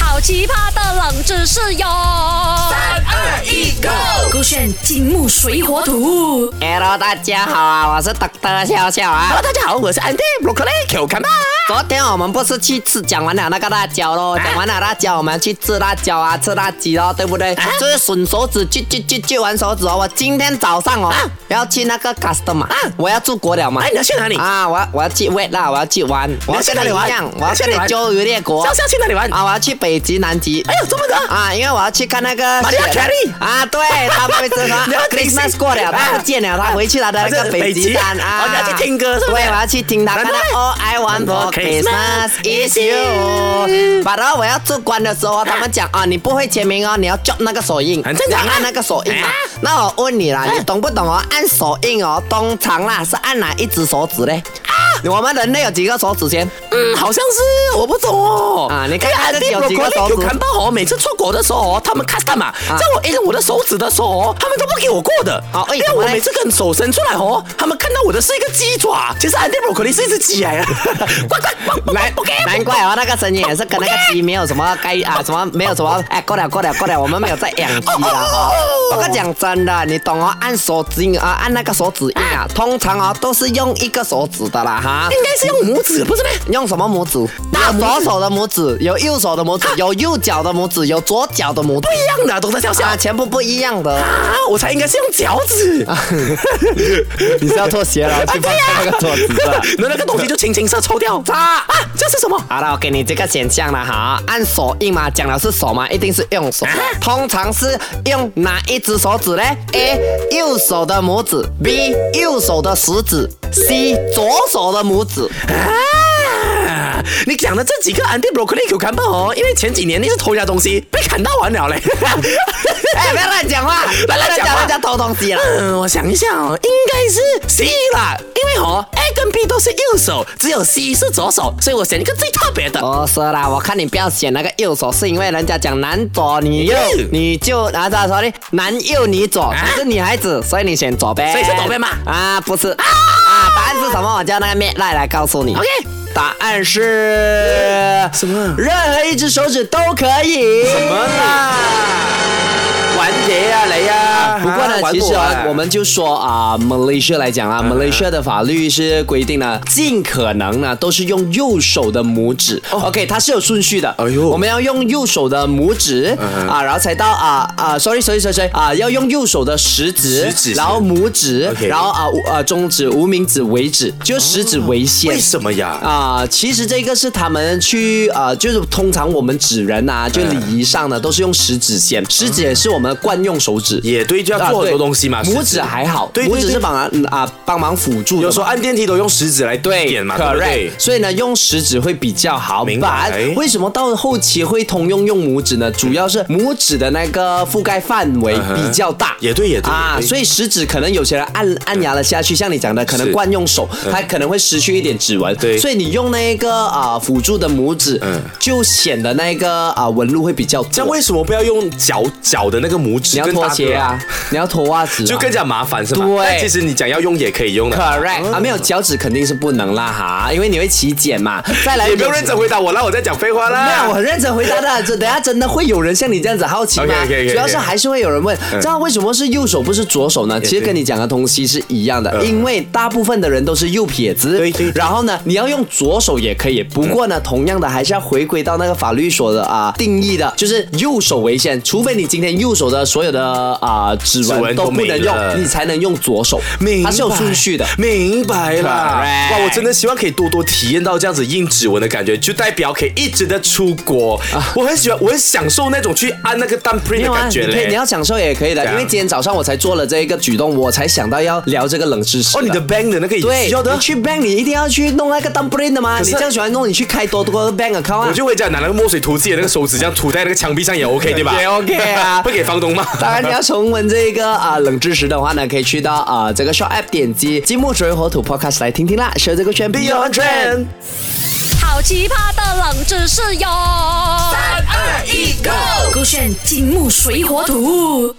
好奇葩的冷知识哟！三二一，Go！勾选金木水火土。 Hello，大家好啊，我是 Doctor 笑笑啊 Hello，。大家好，我是 Andy Broccoli Q 看吧。昨天我们不是去吃讲完了那个辣椒咯，啊讲完了辣椒，我们去吃辣椒啊，吃辣鸡咯，对不啊对？就是吮手指，锯锯锯锯完手指哦。我今天早上哦，要去那个 custom 啊，我要出国了嘛啊哎，。你要去哪里？啊，我要我要去 wait 啦，我要去玩，我要去哪跟里你玩一样你我哎要要去去哪里玩周游列国笑。笑去哪里玩？哎啊，我要去北极、南极。哎呦，这么的啊！ 啊，因为我要去看那个 Mariah Carey 啊，对他们一直说 你要听 Christmas 谁过了，啊他不见了，他回去他的那还是个北北极极山啊，哦你要去听歌是不是对，我要去听他难看怪到 All I Want for Christmas Christmas is is you you。反正我要做官的时候，他们讲啊，你不会签名哦，你要 drop 那个手印，很正常啊你要按那个手印嘛啊。那我问你啦，你懂不懂哦？按手印哦，通常啦是按哪一只手指嘞？啊我们人类有几个手指先？嗯，好像是我不懂哦。啊你看看这自己有几个手指看吧哦，每次出国的时候哦，他们 custom 啊，在我一用我的手指的时候哦，他们都不给我过的。哦哎因为怎么我嘞每次跟手伸出来哦，他们看到我的是一个鸡爪，其实 Andy Broccoli 是一只 鸡来的。快快快快难不给！难怪哦，那个声音也是跟那个鸡没有什么该啊什么没有什么哎，过了过了过了，我们没有在养鸡啦哦。不过讲真的，你懂哦，按手指印啊，按那个手指印啊，通常哦都是用一个手指的啦哈。应该是用拇指，不是咩？用什么拇指？大拇指有左手的拇指，有右手的拇指，有右脚的拇指，有左脚的拇指不一样的，懂得笑笑啊，。全部不一样的。啊，我才应该是用脚趾。你是要脱鞋了，去放那个桌子的。那那个东西就轻轻射抽掉。啊啊，这是什么？好了，我给你这个选项了哈，按手印嘛，讲的是手嘛，一定是用啊手，通常是用哪一只手指呢？A 右手的拇指，B 右手的食指，C 左手的拇指。啊！你讲的这几个 Andy Broccoli 有看报哦，因为前几年那是偷人家东西被砍到完了嘞。哎，不要乱讲话，不要乱讲人家偷东西了。嗯，我想一下哦，应该是 C 啦，因为哦 A 跟 B 都是右手，只有 C 是左手，所以我选一个最特别哦的。我说哦啦，我看你不要选那个右手，是因为人家讲男左女右嗯，你就啊拿着说呢，男右女左，啊你是女孩子，所以你选左边，所以是左边嘛啊，不是啊，答案是什么？我叫那个面赖来告诉你。 OK 答案是什么任何一只手指都可以。什么啦？玩碟啊，雷啊！不过呢，其实啊，我们们就说啊，Malaysia 来讲啊，Malaysia 的法律是规定呢，尽可能呢都是用右手的拇指。OK，它是有顺序的。哦哎呦嗯我们要用右手的拇指啊，然后才到啊啊，sorry sorry sorry sorry 啊，要用右手的食指食指，然后拇指 OK，然后啊无啊中指、无名指、为止，就食指为限。为什么呀？啊、其实这个是他们去啊、就是通常我们指人嗯啊，就礼仪上呢都是用食指先，食指也是我们惯用手指，也对就要啊做很多对东西嘛食拇指指还好，对对拇指对是帮忙嗯啊、帮忙辅助的嘛。有时候按电梯都用食指来对点嘛，对不对，correct，？所以呢，用食指会比较好。明白 But 为什么到后期会通用用拇指呢？主要是拇指的那个覆盖范围比较嗯大。也对也对啊也，对所以食指可能有些人按按压了下去，像你讲的，可能是嗯惯用手，它可能会失去一点指纹。对所以你用那个啊、辅助的拇指嗯，就显得那个啊、纹路会比较这多样。为什么不要用脚脚的那个拇指？你要拖鞋啊，，你要脱袜子、啊，就更加麻烦是吧？对但其实你讲要用也可以用的。 correct 啊，没有脚趾肯定是不能啦哈，因为你会起茧嘛。再来，你不用认真回答我，那我在讲废话啦。没有，我很认真回答的。这 等下真的会有人像你这样子好奇吗 OK，OK，OK，OK 嗯主要是还是会有人问，知道为什么是右手不是左手呢？其实跟你讲的东西是一样的，因为大部分的人都是右撇子。嗯对对对嗯然后呢，你要用左手也可以，不过呢，同样的还是要回归到那个法律所的啊定义的，就是右手为先，除非你今天右手的所有的啊指指纹纹都都不能没用了，你才能用左手明，白它是有顺序的。明白啦。 Correct 哇，我真的希望可以多多体验到这样子硬指纹的感觉，就代表可以一直的出国。我很喜欢，我很享受那种去按那个 thumb print 没的有啊，感你觉可以，你嘞啊要。享受也可以的，怎样因为今天早上我才做了这一个举动，我才想到要聊这个冷知识。哦，你的 bank 的那个也对，需要的你。去 bank 你一定要去弄那个 dump brain 的嘛，是你这样喜欢弄，你去开多多个 bank account 我啊。就回家拿那个墨水涂自己的那个手指，这样涂在那个墙壁上也 OK 对吧？也 OK 啊不给房东骂。当然，你要重温这个啊、冷知识的话呢，可以去到啊、这个 Shop App 点击金木水火土 Podcast 来听听啦，学这个圈 Beyond Trend。好奇葩的冷知识哟！三二一 go 勾选金木水火土。